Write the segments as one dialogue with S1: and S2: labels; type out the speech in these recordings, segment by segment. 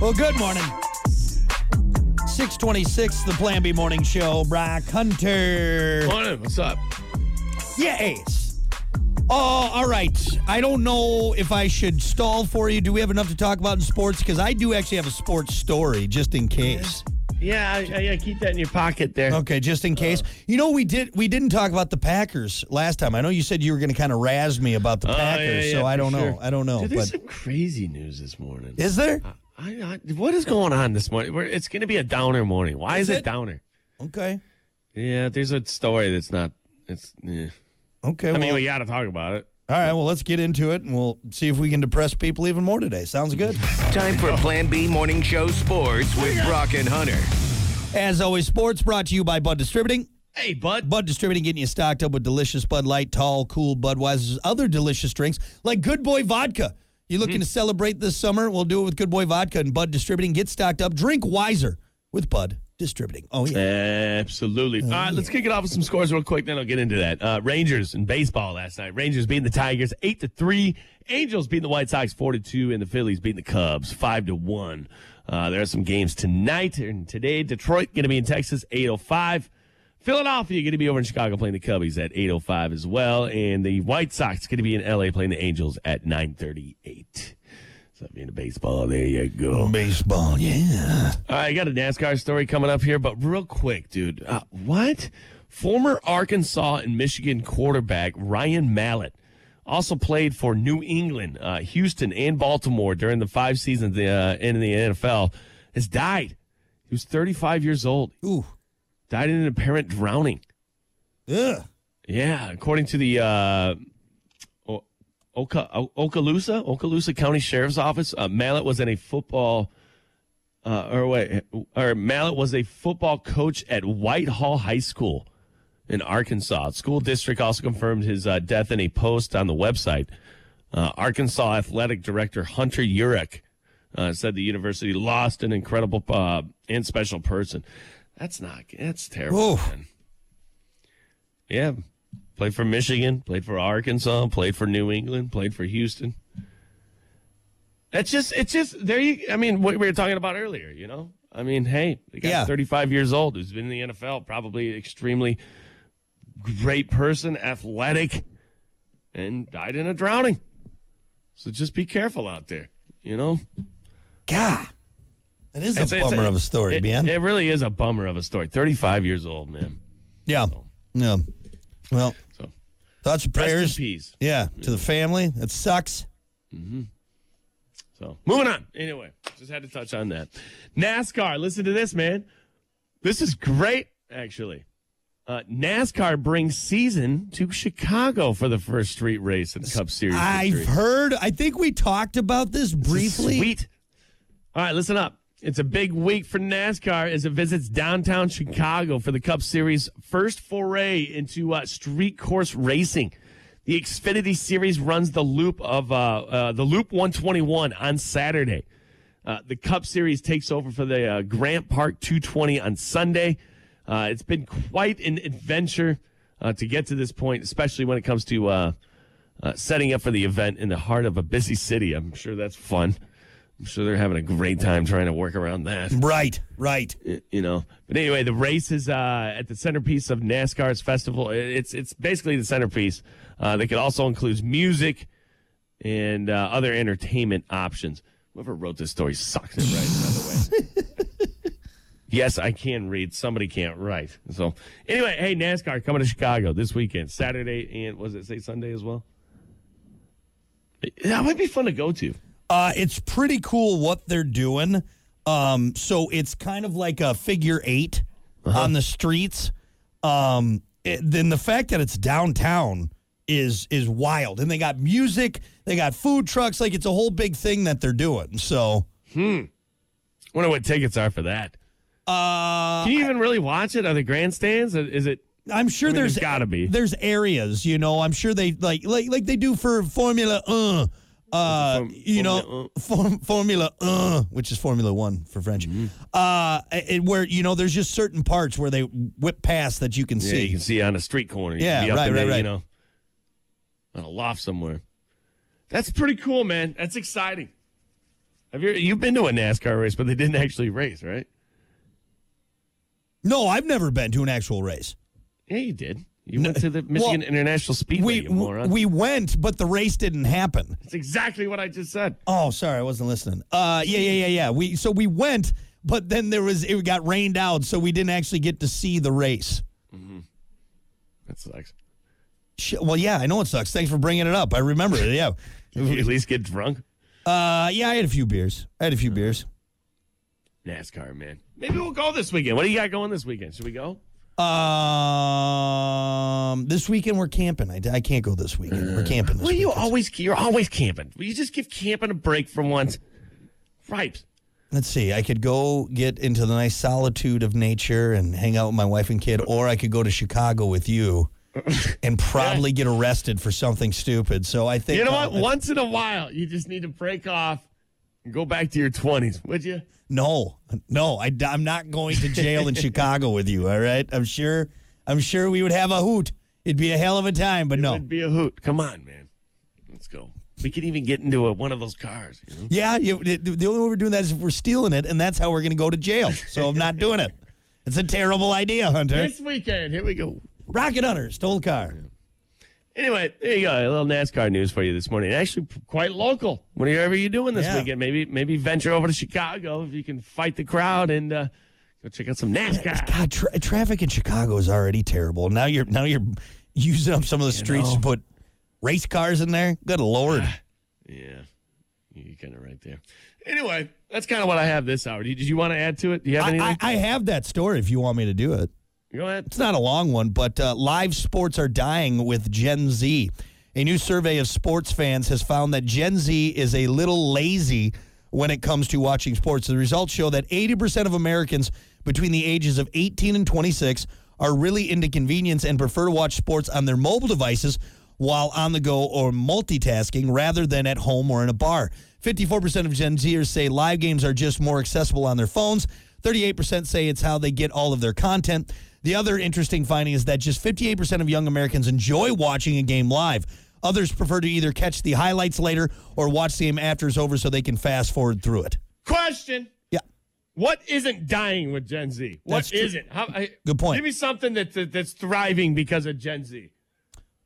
S1: Well, good morning. 626, the Plan B Morning Show. Brock Hunter.
S2: Morning, what's up?
S1: Yes. Oh, all right. I don't know if I should stall for you. Do we have enough to talk about in sports? Because I do actually have a sports story just in case.
S2: Yeah, I, I, I keep that in your pocket there.
S1: Okay, just
S2: Uh-huh.
S1: in case. you know, we did we didn't talk about the Packers last time. I know you said you were going to kind of razz me about the
S2: Oh, yeah,
S1: Packers,
S2: yeah,
S1: so I
S2: for
S1: don't know.
S2: sure.
S1: I don't know.
S2: Dude,
S1: but
S2: there's some crazy news this morning.
S1: is there?
S2: I, I, what is going on this morning? We're, it's going to be a downer morning. Why
S1: Is
S2: is,
S1: it?
S2: it downer?
S1: Okay.
S2: Yeah, there's a story that's not. It's. eh.
S1: Okay.
S2: I mean,
S1: well-
S2: we got to talk about it.
S1: All right, well, let's get into it and we'll see if we can depress people even more today. Sounds good.
S3: Time for Plan B Morning Show Sports with Brock and Hunter.
S1: As always, sports brought to you by Bud Distributing.
S2: Hey, bud.
S1: Bud Distributing getting you stocked up with delicious Bud Light, tall, cool Budweiser's, other delicious drinks like Good Boy Vodka. You
S2: Mm.
S1: looking to celebrate this summer? We'll do it with Good Boy Vodka and Bud Distributing. Get stocked up. Drink wiser with Bud Distributing. Oh, yeah.
S2: Absolutely. All right, let's kick it off with some scores real quick. Then I'll get into that. Uh, Rangers in baseball last night. Rangers beating the Tigers eight to three. Angels beating the White Sox four to two, and the Phillies beating the Cubs five to one. Uh, there are some games tonight and today. Detroit going to be in Texas eight oh five. Philadelphia going to be over in Chicago playing the Cubbies at eight oh five as well, and the White Sox going to be in L.A. playing the Angels at nine thirty eight. So if you're into baseball, there you go.
S1: Baseball, yeah.
S2: All right, Uh, I got a NASCAR story coming up here, but real quick, dude. Uh, what? Former Arkansas and Michigan quarterback Ryan Mallett also played for New England, uh, Houston, and Baltimore during the five seasons uh, in the NFL. Has died. He was 35 years old.
S1: Ooh.
S2: Died in an apparent drowning.
S1: Ugh.
S2: Yeah, according to the uh, O- Oka, O- Okaloosa Okaloosa County Sheriff's Office, uh, Mallet was in a football. Uh, or wait, or Mallet was a football coach at Whitehall High School in Arkansas. School district also confirmed his uh, death in a post on the website. Uh, Arkansas athletic director Hunter Urich uh, said the university lost an incredible uh, and special person. That's not. That's terrible.
S1: Oof.
S2: man. Yeah. Played for Michigan, played for Arkansas, played for New England, played for Houston. That's just, it's just, there you, I mean, what we were talking about earlier, you know? I mean, hey, the guy's
S1: Yeah.
S2: 35 years old, who's been in the NFL, probably extremely great person, athletic, and died in a drowning. So just be careful out there, you know?
S1: God. That is a bummer of a story,
S2: it,
S1: man.
S2: It really is a bummer of a story. 35 years old, man.
S1: yeah. Yeah. Well,
S2: So
S1: thoughts and
S2: rest in
S1: prayers.
S2: peace.
S1: Yeah, to the family. That sucks.
S2: So moving on. Anyway, just had to touch on that. NASCAR, listen to this, man. This is great, actually. Uh, NASCAR brings season to Chicago for the first street race in Cup Series.
S1: I've
S2: history.
S1: heard. I think we talked about this briefly.
S2: Sweet. All right, listen up. It's a big week for NASCAR as it visits downtown Chicago for the Cup Series' first foray into uh, street course racing. The Xfinity Series runs the loop of uh, uh, the Loop 121 on Saturday. Uh, the Cup Series takes over for the uh, Grant Park 220 on Sunday. Uh, it's been quite an adventure uh, to get to this point, especially when it comes to uh, uh, setting up for the event in the heart of a busy city. I'm sure that's fun. I'm sure they're having a great time trying to work around that.
S1: Right, right.
S2: y- You know, but anyway, the race is uh, at the centerpiece of NASCAR's festival. I- It's it's basically the centerpiece. Uh, that could also includes music and uh, other entertainment options. Whoever wrote this story sucks at writing, by the way. yes, I can read. Somebody can't write. So anyway, hey, NASCAR coming to Chicago this weekend, Saturday and was it say Sunday as well? That might be fun to go to.
S1: Uh, it's pretty cool what they're doing. Um, so it's kind of like a figure 8
S2: Uh-huh.
S1: on the streets. Um, it- then the fact that it's downtown is is wild, and they got music, they got food trucks. Like it's a whole big thing that they're doing. So
S2: Wonder what tickets are for that.
S1: uh,
S2: Can you even really watch it? Are the grandstands? Is it?
S1: I'm sure
S2: I mean,
S1: there's
S2: there's gotta be.
S1: there's areas. You know, I'm sure they like like like they do for Formula. Uh, uh,
S2: Form-
S1: you know, form, Formula uh, which is Formula One for French, uh, it, where you know there's just certain parts where they whip past that you can
S2: Yeah,
S1: see.
S2: you can see on a street corner. You
S1: Yeah,
S2: can be up
S1: right,
S2: in
S1: right,
S2: there,
S1: right.
S2: You know, on a loft somewhere. That's pretty cool, man. That's exciting. Have you you've been to a NASCAR race, but they didn't actually race, right?
S1: No, I've never been to an actual race.
S2: Yeah, you did. You went to the Michigan
S1: well,
S2: International Speedway,
S1: We
S2: you moron.
S1: we went, but the race didn't happen.
S2: That's exactly what I just said.
S1: Oh, sorry, I wasn't listening. Uh, yeah, yeah, yeah, yeah. We so we went, but then there was it got rained out, so we didn't actually get to see the race.
S2: That sucks.
S1: Sh- Well, yeah, I know it sucks. Thanks for bringing it up. I remember it. Yeah,
S2: Did you at least get drunk?
S1: uh, yeah. I had a few beers. I had a few beers.
S2: NASCAR, man. Maybe we'll go this weekend. What do you got going this weekend? Should we go?
S1: Um, this weekend we're camping. I, I can't go this weekend. We're camping. This
S2: Well, you
S1: weekend.
S2: always you're always camping. Will you just give camping a break for once? Right.
S1: Let's see. I could go get into the nice solitude of nature and hang out with my wife and kid, or I could go to Chicago with you and probably get arrested for something stupid. So I think
S2: You know what?
S1: uh,
S2: Once in a while, you just need to break off and go back to your twenties, would you?
S1: No, no, I, am not going to jail in Chicago with you. All right, I'm sure. I'm sure we would have a hoot. It'd be a hell of a time, but no.
S2: It'd be a hoot. Come on, man. Let's go. We could even get into a, one of those cars. You know?
S1: Yeah, you, the the only way we're doing that is if we're stealing it, and that's how we're going to go to jail. So I'm not doing it. It's a terrible idea, Hunter.
S2: This weekend, here we go.
S1: Rocket Hunter stole a car.
S2: Anyway, there you go. A little NASCAR news for you this morning. Actually, p- quite local. Whatever you're doing this
S1: Yeah.
S2: weekend, maybe maybe venture over to Chicago if you can fight the crowd and uh, go check out some NASCAR.
S1: God, tra- traffic in Chicago is already terrible. Now you're now you're using up some of the streets
S2: know.
S1: to put race cars in there. Good lord.
S2: Yeah, you're kind of right there. Anyway, that's kind of what I have this hour. Did did you want to add to it? Do you have
S1: I,
S2: anything?
S1: I, I have that story if you want me to do it.
S2: go ahead.
S1: It's not a long one, but uh, live sports are dying with Gen Z. A new survey of sports fans has found that Gen Z is a little lazy when it comes to watching sports. The results show that 80% of Americans between the ages of 18 and 26 are really into convenience and prefer to watch sports on their mobile devices while on the go or multitasking rather than at home or in a bar. 54% of Gen Zers say live games are just more accessible on their phones. 38% say it's how they get all of their content. The other interesting finding is that just 58% of young Americans enjoy watching a game live. Others prefer to either catch the highlights later or watch the game after it's over so they can fast forward through it.
S2: Question.
S1: Yeah.
S2: What isn't dying with Gen Z?
S1: That's
S2: What
S1: true.
S2: not How, I,
S1: Good point.
S2: Give me something that, that that's thriving because of Gen Z.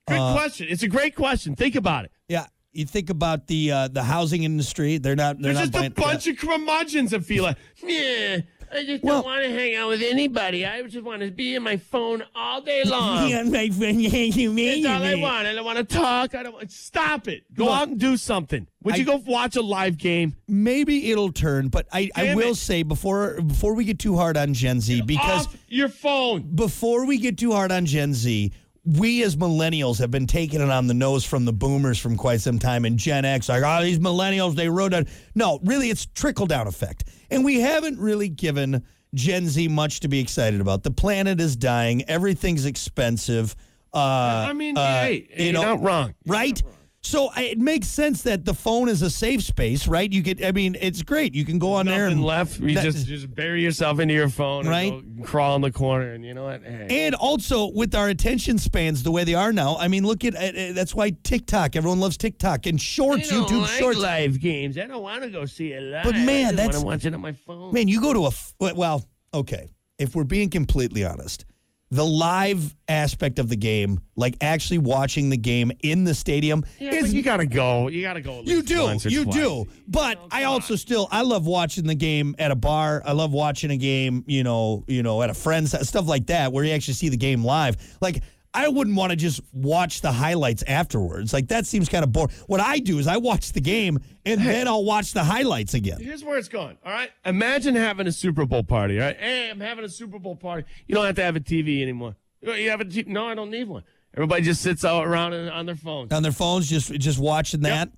S2: Good
S1: Uh,
S2: question. It's a great question. Think about it.
S1: Yeah. You think about the uh, the housing industry, they're not they're
S2: There's
S1: not
S2: just a
S1: buying-
S2: bunch of curmudgeons that feel like, yeah, I just
S1: Well-
S2: don't want to hang out with anybody. I just want to be in my phone all day long.
S1: Yeah, my friend, you mean
S2: That's all I
S1: me.
S2: want. I don't want to talk. I don't want. Stop it. Go
S1: Look,
S2: out and do something. Would you
S1: I-
S2: go watch a live game?
S1: maybe it'll turn, but I, I
S2: Damn
S1: will
S2: it.
S1: say before before we get too hard on Gen Z because
S2: Off your phone.
S1: before we get too hard on Gen Z, we as millennials have been taking it on the nose from the boomers from quite some time, and Gen X, like, oh, these millennials, they rode on. No, really, it's trickle down effect. And we haven't really given Gen Z much to be excited about. The planet is dying, everything's expensive. Uh,
S2: I mean,
S1: uh,
S2: hey, you're not wrong.
S1: right? So I, it makes sense that the phone is a safe space, right? You could, I mean, it's great. You can go on there
S2: Nothing
S1: and
S2: left. You
S1: that-
S2: just just bury yourself into your phone, and
S1: Right.
S2: go And crawl in the corner, and you know what? Hey.
S1: And also with our attention spans the way they are now, I mean, look at at- at- that's why TikTok. Everyone loves TikTok and
S2: I
S1: shorts,
S2: don't
S1: YouTube
S2: like
S1: shorts.
S2: live games. I don't want to go see it live.
S1: But, man,
S2: I
S1: that's-
S2: want to watch it on my phone.
S1: Man, you go to a f- well, okay. If we're being completely honest, the live aspect of the game, like actually watching the game in the stadium,
S2: Yeah, but
S1: is
S2: you gotta go. You gotta go. at
S1: You
S2: least
S1: do,
S2: once or
S1: you
S2: twice.
S1: do. But
S2: know,
S1: I
S2: come
S1: also still I love watching the game at a bar. I love watching a game, you know, you know, at a friend's stuff like that, where you actually see the game live. Like I wouldn't want to just watch the highlights afterwards. Like that seems kind of boring. What I do is I watch the game and then I'll watch the highlights again.
S2: Here's where it's going. All right. Imagine having a Super Bowl party. All right. Hey, I'm having a Super Bowl party. You don't have to have a TV anymore. You you have a TV? No, I don't need one. Everybody just sits all around on on their phones.
S1: On their phones, just just watching that.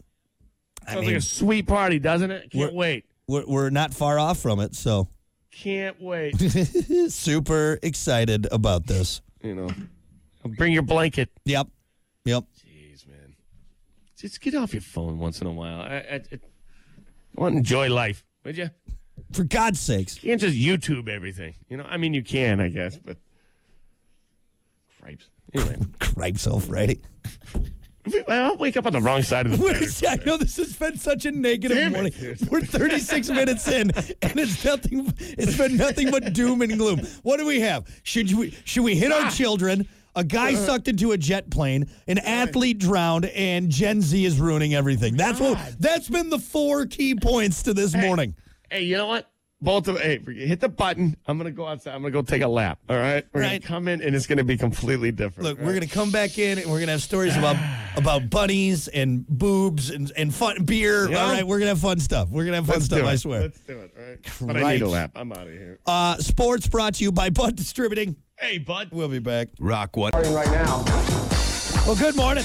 S1: I
S2: Sounds
S1: mean,
S2: like a sweet party, doesn't it?
S1: We're-
S2: Can't wait.
S1: we're, we're not far off from it, so
S2: Can't wait.
S1: super excited about this.
S2: you know, bring your blanket.
S1: Yep, yep.
S2: Jeez, man. Just get off your phone once in a while. I, I, I want to enjoy life, would you?
S1: For God's sakes.
S2: You can't just YouTube everything. You know, I mean, you can, I guess, but. Cripes. Anyway.
S1: Cripes off Friday.
S2: I'll wake up on the wrong side of the
S1: We're-
S2: bed.
S1: I know this has been such a negative
S2: Damn it,
S1: morning.
S2: dude.
S1: We're 36 minutes in, and it's nothing. It's been nothing but doom and gloom. What do we have? Should we should we hit
S2: Ah.
S1: our children? A guy
S2: Uh.
S1: sucked into a jet plane. An athlete drowned, and Gen Z is ruining everything. That's what. That's been the four key points to this morning.
S2: Hey, you know what? Both of hey, hit the button. I'm gonna go outside. I'm gonna go take a lap. All right, we're
S1: Right.
S2: gonna come in and it's gonna be completely different.
S1: Look, we're gonna come back in, and we're gonna have stories about about bunnies and boobs and and fun beer.
S2: Yeah.
S1: All right, we're gonna have fun stuff. We're gonna have fun
S2: Let's
S1: stuff.
S2: do it.
S1: I swear.
S2: Let's do it. All right, but I need a
S1: Christ.
S2: lap. I'm out of here.
S1: Uh, sports brought to you by Bud Distributing.
S2: Hey, bud.
S1: We'll be back.
S3: Rock what?
S1: Well, good morning.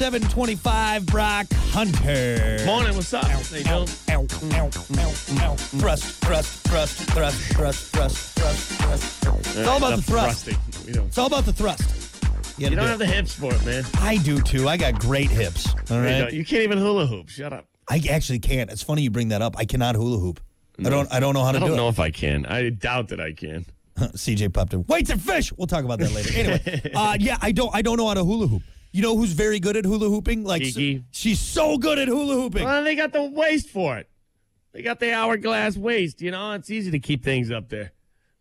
S1: 725 Brock Hunter.
S2: Morning. What's up? Hey, Bill.
S1: Ow, ow, ow, ow. Thrust, thrust, thrust, thrust, thrust, thrust, thrust, thrust. It's all about the thrust.
S2: thrusting. We don't.
S1: It's all about the thrust. You, gotta
S2: You don't
S1: do
S2: have
S1: it.
S2: the hips for it, man.
S1: I do too. I got great hips. All
S2: You,
S1: right.
S2: don't- you can't even hula hoop. Shut up.
S1: I actually can't. It's funny you bring that up. I cannot hula hoop. I don't I don't know how to
S2: I don't
S1: do
S2: know
S1: it.
S2: if I can. I doubt that I can.
S1: CJ popped in. Weights and fish. We'll talk about that later. Anyway, uh, yeah, I don't I don't know how to hula hoop. You know who's very good at hula hooping? Like s-
S2: Kiki.
S1: she's so good at hula hooping.
S2: Well, they got the waist for it. They got the hourglass waist. You know, it's easy to keep things up there.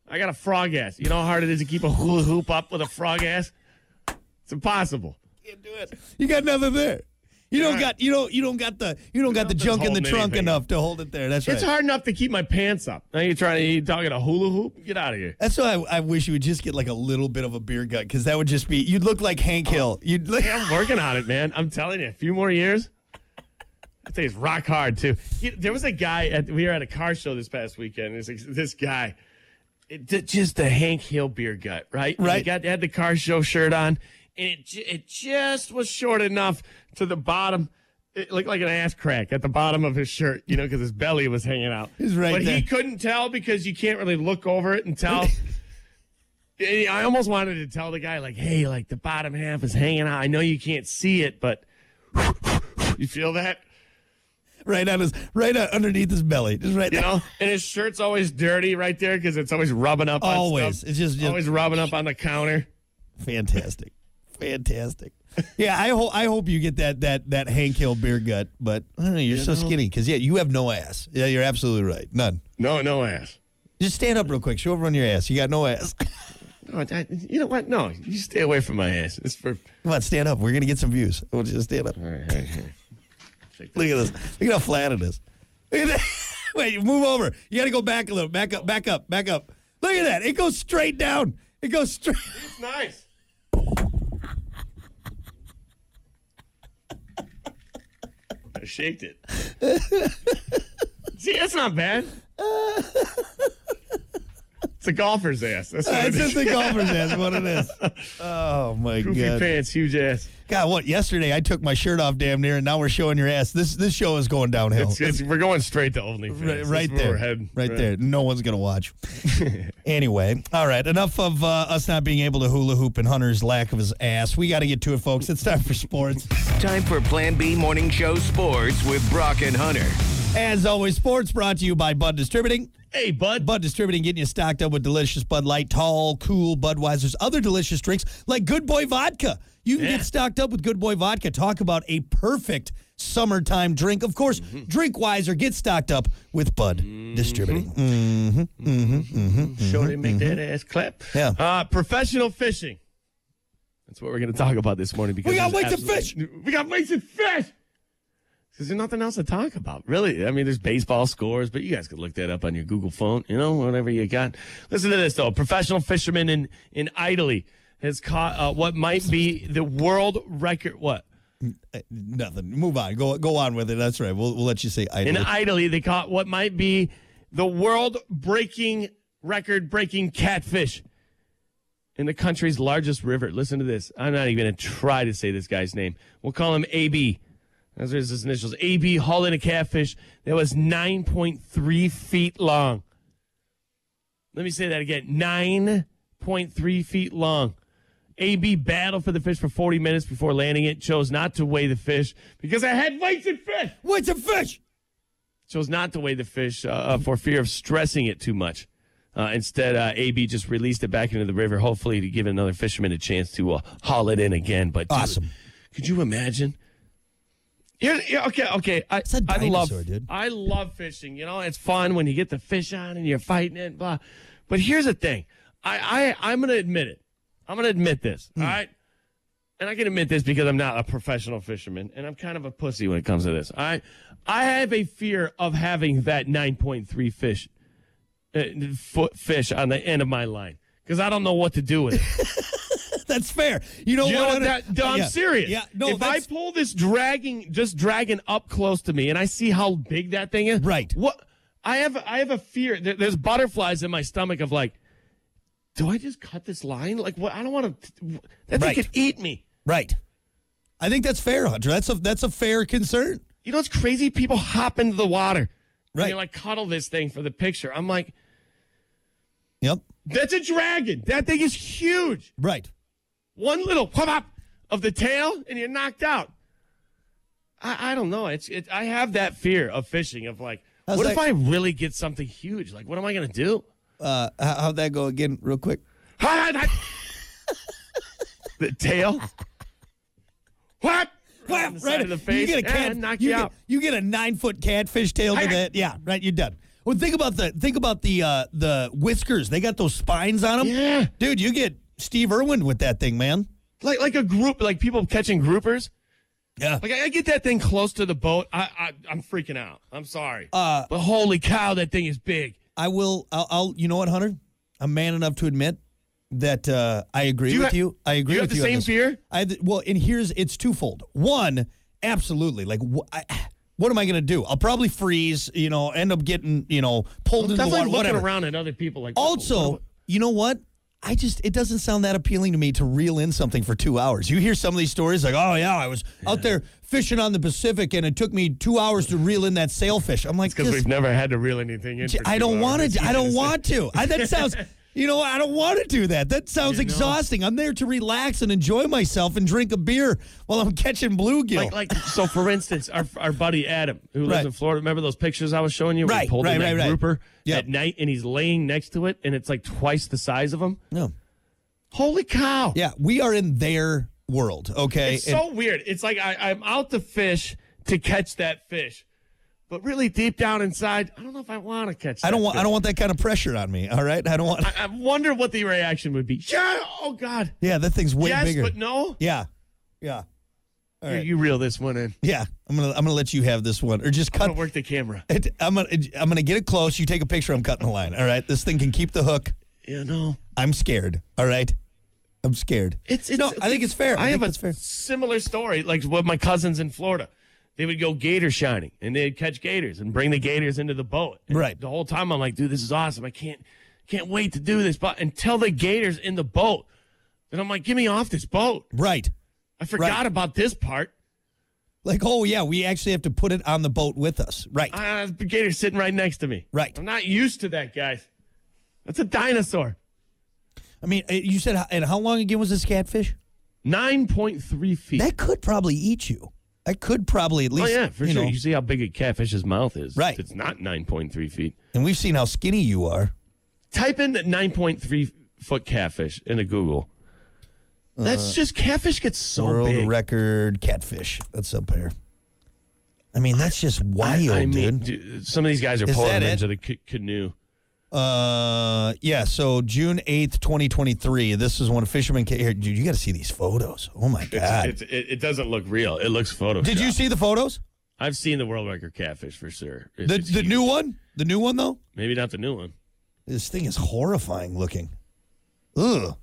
S2: I got a frog ass. You know how hard it is to keep a hula hoop up with a frog ass? It's impossible.
S1: You got nothing there. You don't
S2: Right.
S1: got you don't you don't got the you don't got the
S2: Nothing's
S1: junk in the
S2: holding
S1: trunk
S2: anything.
S1: enough to hold it there. That's right.
S2: It's hard enough to keep my pants up. Now you're trying to you talking a hula hoop? Get out of here.
S1: That's why I, I wish you would just get like a little bit of a beer gut because that would just be you'd look like Hank Hill. You'd look,
S2: I'm working on it, man. I'm telling you, a few more years. I think it's rock hard too. You- There was a guy at we were at a car show this past weekend. This this guy, it, ju- just the Hank Hill beer gut, right? He
S1: Right.
S2: got had the car show shirt on, and it ju- it just was short enough to the bottom. It looked like an ass crack at the bottom of his shirt, you know, because his belly was hanging out.
S1: He's right
S2: but
S1: there.
S2: he couldn't tell because you can't really look over it and tell. And I almost wanted to tell the guy, like, hey, like the bottom half is hanging out. I know you can't see it, but you feel that?
S1: right on his right out underneath his belly, just right
S2: You
S1: there.
S2: know? And his shirt's always dirty right there because it's always rubbing up on
S1: Always,
S2: stuff.
S1: it's just, just
S2: always rubbing up on the counter.
S1: fantastic, fantastic. Yeah, I hope I hope you get that that that Hank Hill beer gut. But I don't know, you're so skinny because yeah, you have no ass. Yeah, you're absolutely right. None.
S2: No, no ass.
S1: Just stand up real quick. Show everyone your ass. You got no ass.
S2: No, I- you know what? No, you stay away from my ass. It's for.
S1: Come on, stand up. We're gonna get some views. We'll just stand up. Look at this. Look at how flat it is. Look at that. Wait, you move over. You got to go back a little. Back up. Back up. Back up. Look at that. It goes straight down. It goes straight.
S2: It's nice. I shaked it. See, that's not bad. It's a golfer's ass. That's what
S1: It's
S2: it is.
S1: just a golfer's ass. What it is. Oh my
S2: Goofy
S1: god.
S2: pants, huge ass.
S1: God, what? Yesterday I took my shirt off, damn near, and now we're showing your ass. This this show is going downhill.
S2: It's, it's, we're going straight to
S1: Oh,
S2: OnlyFans.
S1: Right,
S2: That's
S1: right
S2: where
S1: there,
S2: we're heading.
S1: right, there. No one's gonna watch. anyway, all right. Enough of uh, us not being able to hula hoop and Hunter's lack of his ass. We got to get to it, folks. It's time for sports.
S3: Time for Plan B Morning Show Sports with Brock and Hunter.
S1: As always, sports brought to you by Bud Distributing.
S2: Hey, bud.
S1: Bud Distributing getting you stocked up with delicious Bud Light, tall, cool Budweiser's, other delicious drinks like Good Boy Vodka. You can
S2: Yeah.
S1: get stocked up with Good Boy Vodka. Talk about a perfect summertime drink. Of course,
S2: Mm-hmm.
S1: drink wiser. Get stocked up with Bud Distributing. Mm.
S2: Show they make that ass clap.
S1: Mm-hmm, Yeah.
S2: Uh, professional fishing. That's what we're going to talk about this morning. Because
S1: We got
S2: there's
S1: weights and
S2: absolutely- We got weights and fish. Because there's nothing else to talk about, really. I mean, there's baseball scores, but you guys could look that up on your Google phone, you know, whatever you got. Listen to this, though. A professional fisherman in, in Italy has caught uh, what might be the world record. What?
S1: Uh, Nothing. Move on. Go go on with it. That's right. We'll, we'll let you say
S2: In
S1: idle.
S2: Italy, they caught what might be the world breaking record breaking catfish in the country's largest river. Listen to this. I'm not even going to try to say this guy's name. We'll call him AB. Those are his initials. AB hauling a catfish that was 9.3 feet long. Let me say that again 9.3 feet long. AB battled for the fish for 40 minutes before landing it, chose not to weigh the fish because I had weights and fish
S1: What's a fish?
S2: chose not to weigh the fish uh, uh, for fear of stressing it too much. Uh, instead, uh, AB just released it back into the river, hopefully to give another fisherman a chance to uh, haul it in again. But dude,
S1: Awesome.
S2: Could you imagine? Yeah, yeah, okay, okay. I,
S1: It's a
S2: I love,
S1: dinosaur, dude.
S2: I love fishing. You know, it's fun when you get the fish on and you're fighting it. Blah. But here's the thing. I, I I'm gonna admit it. I'm gonna admit this.
S1: Hmm.
S2: All right. And I can admit this because I'm not a professional fisherman, and I'm kind of a pussy when it comes to this. All right. I have a fear of having that 9.3 fish uh, foot fish on the end of my line because I don't know what to do with it.
S1: That's fair. You know
S2: You know
S1: what?
S2: what that, no, I'm
S1: Yeah.
S2: serious.
S1: Yeah. No.
S2: if I
S1: that's-
S2: pull this dragging, just dragging up close to me, and I see how big that thing is,
S1: Right.
S2: What I have, I have a fear. There, there's butterflies in my stomach of like, do I just cut this line? Like, what? I don't want to. That
S1: Right.
S2: thing could eat me.
S1: right. I think that's fair, Hunter. That's a that's a fair concern.
S2: You know, it's crazy. People hop into the water. And
S1: Right.
S2: they like cuddle this thing for the picture. I'm like,
S1: Yep.
S2: that's a dragon. That thing is huge.
S1: Right.
S2: one little pop up of the tail and you're knocked out. I, I don't know. It's it, I have that fear of fishing of like,
S1: How's
S2: what
S1: that-
S2: if I really get something huge? Like, what am I gonna do?
S1: Uh, how, how'd that go again, real quick?
S2: the tail. What?
S1: Well,
S2: on the side of the face.
S1: You get a
S2: Yeah,
S1: cat,
S2: knock
S1: you,
S2: you
S1: get,
S2: out.
S1: you get a nine foot catfish tail to
S2: Hey.
S1: that. Yeah, right. You're done. Well, think about the think about the uh, the whiskers. They got those spines on them.
S2: Yeah.
S1: dude, you get Steve Irwin with that thing, man.
S2: Like like a group, like people catching groupers.
S1: Yeah.
S2: Like I, I get that thing close to the boat. I, I I'm freaking out. I'm sorry. Uh, but holy cow, that thing is big.
S1: I will. I'll, I'll. You know what, Hunter? I'm man enough to admit that uh, I agree
S2: you
S1: with
S2: ha-
S1: you. I
S2: do
S1: agree
S2: you have
S1: with
S2: the
S1: you. on
S2: same
S1: this.
S2: fear?
S1: I had the- well, and here's it's twofold. One, absolutely. Like, wh- I, what am I going to do? I'll probably freeze. You know, end up getting you know pulled into the
S2: Definitely
S1: water.
S2: looking
S1: Whatever.
S2: around at other people like oh,
S1: Also, you know what? I just it doesn't sound that appealing to me to reel in something for two hours. You hear some of these stories like, oh yeah, I was out there fishing on the Pacific and it took me two hours to reel in that sailfish. I'm like,
S2: Because
S1: this-
S2: we've never had to reel anything in. for
S1: I
S2: two
S1: don't want
S2: hours.
S1: to. I don't want to. I, that sounds. You know, I don't want to do that. That sounds
S2: You know?
S1: exhausting. I'm there to relax and enjoy myself and drink a beer while I'm catching bluegill.
S2: Like, like, so for instance, our, our buddy Adam, who lives
S1: Right.
S2: in Florida, remember those pictures I was showing you? where he
S1: Right,
S2: pulled in
S1: right,
S2: that
S1: right, right.
S2: grouper
S1: Yeah.
S2: at night, and he's laying next to it, and it's like twice the size of him.
S1: no.
S2: Holy cow!
S1: Yeah, we are in their world. Okay.
S2: it's
S1: And-
S2: so weird. It's like I, I'm out to fish to catch that fish, but really deep down inside, I don't know if I want to catch.
S1: I don't
S2: that
S1: want. I
S2: fish.
S1: don't want that kind of pressure on me. All right. I don't want.
S2: I, I wonder what the reaction would be. Yeah. Oh God.
S1: yeah, that thing's way
S2: yes,
S1: bigger.
S2: but no.
S1: Yeah. Yeah. All right.
S2: You, you reel this one in.
S1: Yeah. I'm gonna I'm gonna let you have this one. Or just
S2: I'm
S1: cut
S2: gonna work the camera.
S1: it I'm gonna I'm gonna get it close. You take a picture, I'm cutting the line. All right. This thing can keep the hook.
S2: You know.
S1: I'm scared. All right. I'm scared.
S2: It's, it's
S1: No, I think it's fair. I
S2: I, have
S1: think
S2: a
S1: that's fair.
S2: similar story, like what my cousins in Florida. They would go gator shining, and they'd catch gators and bring the gators into the boat. And
S1: Right.
S2: The whole time I'm like, dude, this is awesome. I can't can't wait to do this. But until the gators in the boat, then I'm like, get me off this boat.
S1: Right.
S2: I forgot
S1: Right.
S2: about this part.
S1: Like, oh yeah, we actually have to put it on the boat with us. Right.
S2: Ah, the gator's sitting right next to me.
S1: Right.
S2: I'm not used to that, guys. That's a dinosaur.
S1: I mean, uh, you said and how long again was this catfish?
S2: Nine point three feet.
S1: That could probably eat you. That could probably at
S2: oh
S1: least
S2: yeah, for
S1: you
S2: sure.
S1: know,
S2: You see how big a catfish's mouth is.
S1: Right.
S2: It's not nine point three feet.
S1: and we've seen how skinny you are.
S2: type in 9.3 foot catfish into Google. That's just catfish gets so
S1: Uh, World
S2: big.
S1: record catfish. That's up there. I mean, that's just wild,
S2: I mean,
S1: dude.
S2: dude, some of these guys are
S1: Is
S2: pulling
S1: that
S2: them
S1: it?
S2: into the ca- canoe.
S1: Uh, yeah. So June eighth, twenty twenty three. This is when a fisherman came here. Dude, you got to see these photos. Oh my god!
S2: It's, it, it doesn't look real. It looks photoshopped.
S1: Did you see the photos?
S2: I've seen the world record catfish for sure. It's-
S1: The
S2: it's
S1: the
S2: huge.
S1: new one. The new one though.
S2: maybe not the new one.
S1: This thing is horrifying looking. Ugh.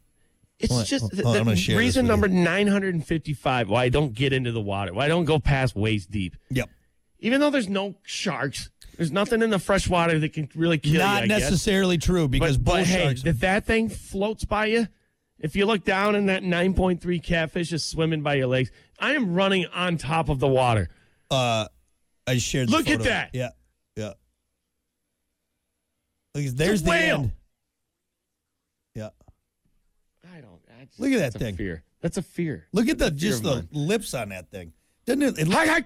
S2: It's
S1: What?
S2: just
S1: Oh,
S2: the,
S1: oh, I'm gonna
S2: the
S1: share this
S2: reason
S1: with you.
S2: number 955 why I don't get into the water, why I don't go past waist deep.
S1: Yep.
S2: Even though there's no sharks, there's nothing in the fresh water that can really kill
S1: Not
S2: you. I guess.
S1: necessarily true because
S2: but,
S1: bull
S2: but hey,
S1: sharks.
S2: if that thing floats by you, if you look down and that 9.3 catfish is swimming by your legs, I am running on top of the water.
S1: uh, I shared. the
S2: Look at
S1: photo.
S2: that.
S1: Yeah. Yeah. Look, there's the
S2: whale.
S1: end. Yeah.
S2: I don't. I just,
S1: Look at that
S2: that's a
S1: thing.
S2: fear. That's a fear.
S1: Look at the
S2: fear
S1: just
S2: of
S1: the
S2: mine.
S1: lips on that thing. Doesn't it? it look-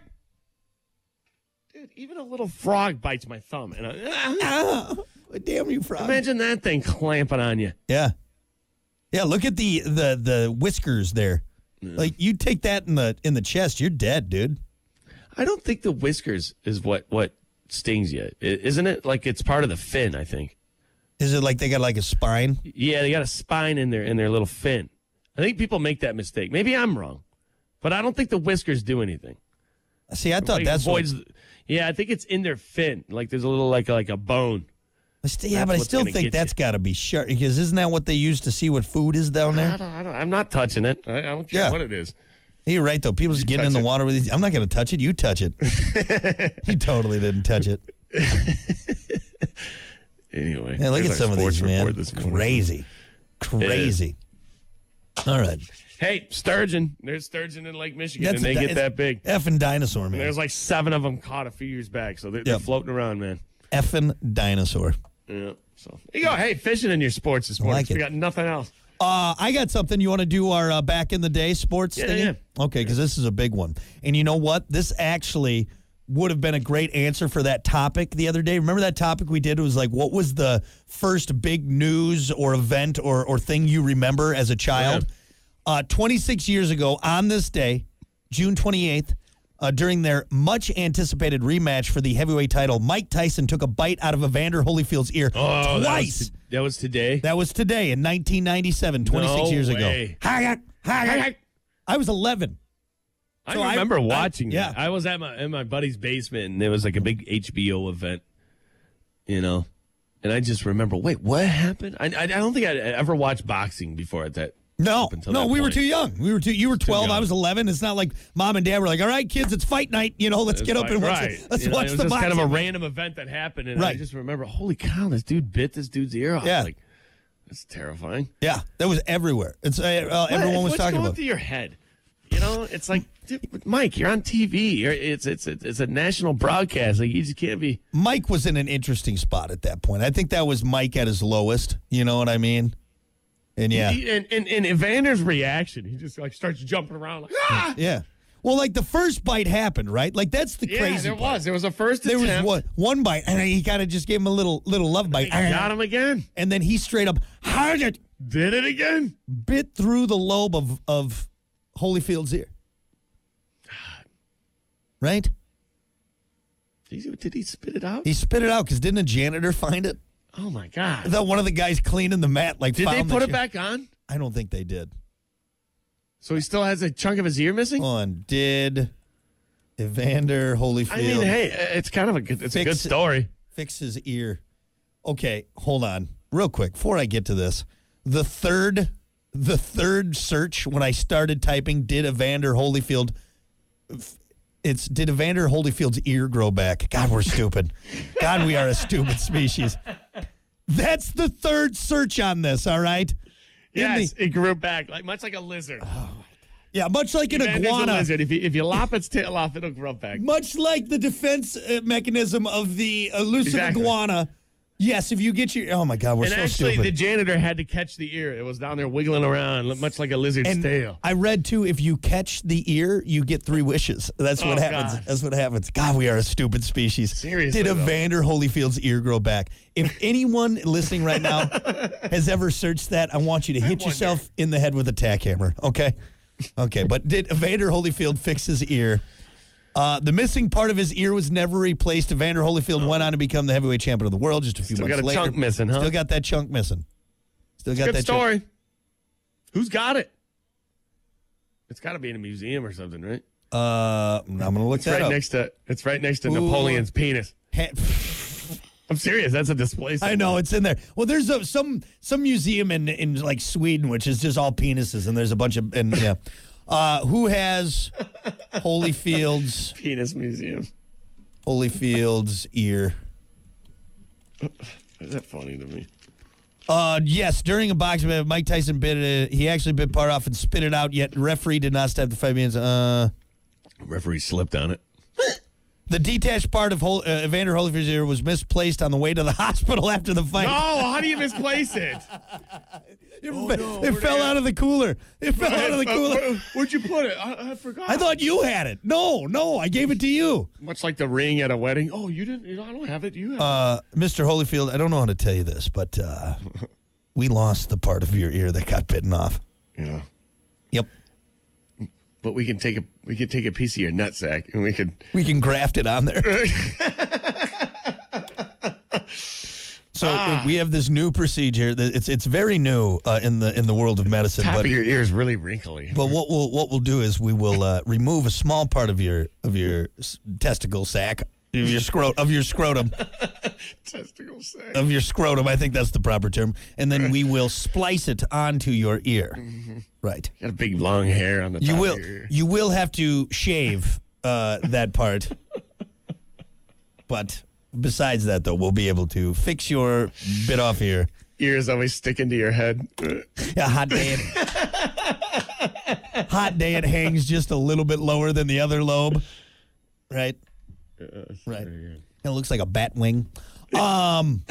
S2: Dude, even a little frog bites my thumb, and I,
S1: Ah, damn you, frog.
S2: imagine that thing clamping on you.
S1: Yeah, yeah. Look at the the the whiskers there. Like you take that in the in the chest, you're dead, dude.
S2: I don't think the whiskers is what what stings you, I- isn't it? Like it's part of the fin, I think.
S1: Is it like they got like a spine?
S2: Yeah, they got a spine in their in their little fin. I think people make that mistake. Maybe I'm wrong, but I don't think the whiskers do anything.
S1: See, I thought
S2: Like,
S1: that's what.
S2: avoids- yeah, I think it's in their fin. Like there's a little like like a bone.
S1: I st- yeah, but I
S2: what's
S1: still
S2: gonna
S1: think
S2: get
S1: that's got to be sharp because isn't that what they use to see what food is down
S2: I
S1: there?
S2: don't, I don't, I'm not touching it. I, I don't care
S1: Yeah.
S2: what it is.
S1: You're right though. People just getting in the
S2: touch it.
S1: water with these. I'm not going to touch it. You touch it. you totally didn't touch it.
S2: Anyway,
S1: Yeah, look
S2: there's
S1: at
S2: our
S1: some of
S2: sports
S1: these,
S2: report
S1: man.
S2: this morning.
S1: Crazy, crazy. All right,
S2: Hey, sturgeon. There's sturgeon in Lake Michigan,
S1: That's
S2: and they
S1: a-
S2: get
S1: it's-
S2: that big.
S1: effing dinosaur,
S2: And
S1: man.
S2: there's like seven of them caught a few years back, so they're, they're
S1: Yep.
S2: floating around, man.
S1: Effing dinosaur.
S2: Yeah. So there you go. Hey, fishing in your sports this morning.
S1: like
S2: we
S1: it.
S2: got nothing else.
S1: Uh, I got something. You want to do our uh, back in the day sports
S2: Yeah,
S1: thing?
S2: yeah.
S1: Okay, because this is a big one. And you know what? This actually would have been a great answer for that topic the other day. Remember that topic we did? It was like, what was the first big news or event or, or thing you remember as a
S2: Oh,
S1: child? Uh, 26 years ago, on this day, June 28th, uh, during their much anticipated rematch for the heavyweight title, Mike Tyson took a bite out of Evander Holyfield's ear twice.
S2: Oh, that was, that was today.
S1: That was today in 1997, 26
S2: No
S1: years
S2: way.
S1: ago. Hi, hi, hi. I was 11.
S2: I
S1: So I-
S2: remember
S1: I-
S2: watching.
S1: yeah.
S2: that. I was at my in my buddy's basement, and there was like a big HBO event, you know. And I just remember, wait, what happened? I I, I don't think I'd ever watched boxing before at that.
S1: No,
S2: Up until
S1: no,
S2: that
S1: we were
S2: point.
S1: too young. We were too. You were 12. I
S2: young.
S1: was 11. It's not like mom and dad were like, "All right, kids, it's fight night. You know, let's get up
S2: Like,
S1: and watch.
S2: right.
S1: it. Let's
S2: You know,
S1: watch
S2: it was
S1: the
S2: just
S1: boxing."
S2: kind of a random event that happened, and
S1: Right.
S2: I just remember, holy cow, this dude bit this dude's ear off.
S1: Yeah.
S2: Like, that's terrifying.
S1: yeah, that was everywhere. It's uh, uh, everyone was
S2: What's
S1: talking
S2: going
S1: about.
S2: through your head? You know, it's like, dude, Mike, you're on TV. You're, it's it's it's a national broadcast. Like you just can't be.
S1: Mike was in an interesting spot at that point. I think that was Mike at his lowest. You know what I mean? And yeah,
S2: He- and, and and Evander's reaction, he just like starts jumping around. Like, ah!
S1: yeah. Well, like the first bite happened, right? Like that's the
S2: Yeah,
S1: crazy.
S2: there
S1: part.
S2: was there was a first
S1: There was
S2: attempt.
S1: one, one bite, and he kind of just gave him a little little love bite.
S2: Got him again.
S1: and then he straight up hard it
S2: Did it again.
S1: bit through the lobe of of Holyfield's ear. Right?
S2: Did he, did he spit it out?
S1: He spit it out because didn't a janitor find it?
S2: oh my
S1: I
S2: god!
S1: thought one of the guys cleaning the mat like
S2: Did they
S1: found the
S2: put it
S1: jan-
S2: back on?
S1: I don't think they did.
S2: So he still has a chunk of his ear missing.
S1: On did Evander Holyfield
S2: I mean, hey, it's kind of a good, it's
S1: Fix
S2: a good
S1: it.
S2: story.
S1: fix his ear? Okay, hold on, real quick before I get to this. The third, the third search when I started typing, did Evander Holyfield? It's did Evander Holyfield's ear grow back? God, we're stupid. God, we are a stupid species. That's the third search on this. All right. In
S2: Yes,
S1: the-
S2: it grew back like much like a lizard.
S1: yeah, much like an
S2: Evander's a
S1: iguana.
S2: lizard. If you if you lop its tail off, it'll grow back.
S1: Much like the defense uh, mechanism of the elusive
S2: Exactly.
S1: iguana. Yes, if you get your oh my god, we're
S2: And
S1: so
S2: actually,
S1: stupid.
S2: the janitor had to catch the ear. It was down there wiggling around, li- much like a lizard's
S1: And
S2: tail.
S1: I read too. If you catch the ear, you get three wishes. That's what
S2: Oh,
S1: happens.
S2: God.
S1: That's what happens. God, we are a stupid species.
S2: Seriously,
S1: did
S2: though.
S1: Evander Holyfield's ear grow back? If anyone listening right now has ever searched that, I want you to hit
S2: wonder.
S1: yourself in the head with a tack hammer. Okay, okay. But did Evander Holyfield fix his ear? Uh, the missing part of his ear was never replaced. Evander Holyfield went on to become the heavyweight champion of the world just a few
S2: Still
S1: months
S2: got a
S1: later.
S2: chunk missing, huh?
S1: Still got that chunk missing. Still got
S2: Good
S1: that chunk.
S2: story. Who's got it? It's got to be in a museum or something, right?
S1: Uh, I'm gonna look
S2: It's
S1: that
S2: right
S1: up.
S2: next to it's right next to
S1: Ooh.
S2: Napoleon's penis.
S1: Ha-
S2: I'm serious. That's a display.
S1: I
S2: somewhere.
S1: know it's in there. Well, there's a, some some museum in in like Sweden, which is just all penises, and there's a bunch of and yeah. Uh, who has Holyfield's
S2: penis museum.
S1: Holyfield's ear?
S2: Is that funny to me?
S1: Uh, yes, during a boxing match, Mike Tyson bit it. He actually bit part off and spit it out. Yet referee did not stop the five minutes. Uh,
S2: Referee slipped on it.
S1: the detached part of Hol- uh, Evander Holyfield's ear was misplaced on the way to the hospital after the fight.
S2: Oh, how do you misplace it?
S1: it
S2: Oh,
S1: fe-
S2: no,
S1: it
S2: where'd
S1: fell
S2: it-
S1: out of the cooler. It fell out of the cooler.
S2: Where'd you put it? I, I forgot.
S1: I thought you had it. No, no, I gave it to you.
S2: much like the ring at a wedding. Oh, you didn't. You know, I don't have it. You have. it.
S1: Uh, Mr. Holyfield, I don't know how to tell you this, but uh, we lost the part of your ear that got bitten off.
S2: yeah.
S1: Yep.
S2: but we can take a we could take a piece of your nutsack and we could
S1: We can graft it on there. so we have this new procedure. that- It's it's very new uh, in the in the world of medicine,
S2: top
S1: but
S2: of your ear is really wrinkly.
S1: but what we'll what we'll do is we will uh, remove a small part of your of your s- testicle sac of your scrot of your scrotum
S2: Testicle sack.
S1: of your scrotum. I think that's the proper term, and then we will splice it onto your ear. Right.
S2: Got a big long hair on the top
S1: You
S2: of
S1: will
S2: your ear.
S1: you will have to shave uh, that part. but besides that, though, we'll be able to fix your bit off here.
S2: Ear is always sticking to your head.
S1: Yeah, hot day. It, hot day. It hangs just a little bit lower than the other lobe. Right. Right. It looks like a bat wing. Um.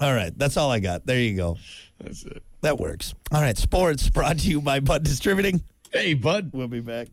S1: all right, that's all I got. There you go.
S2: That's it.
S1: That works. All right, sports brought to you by Bud Distributing.
S2: Hey, bud.
S1: We'll be back.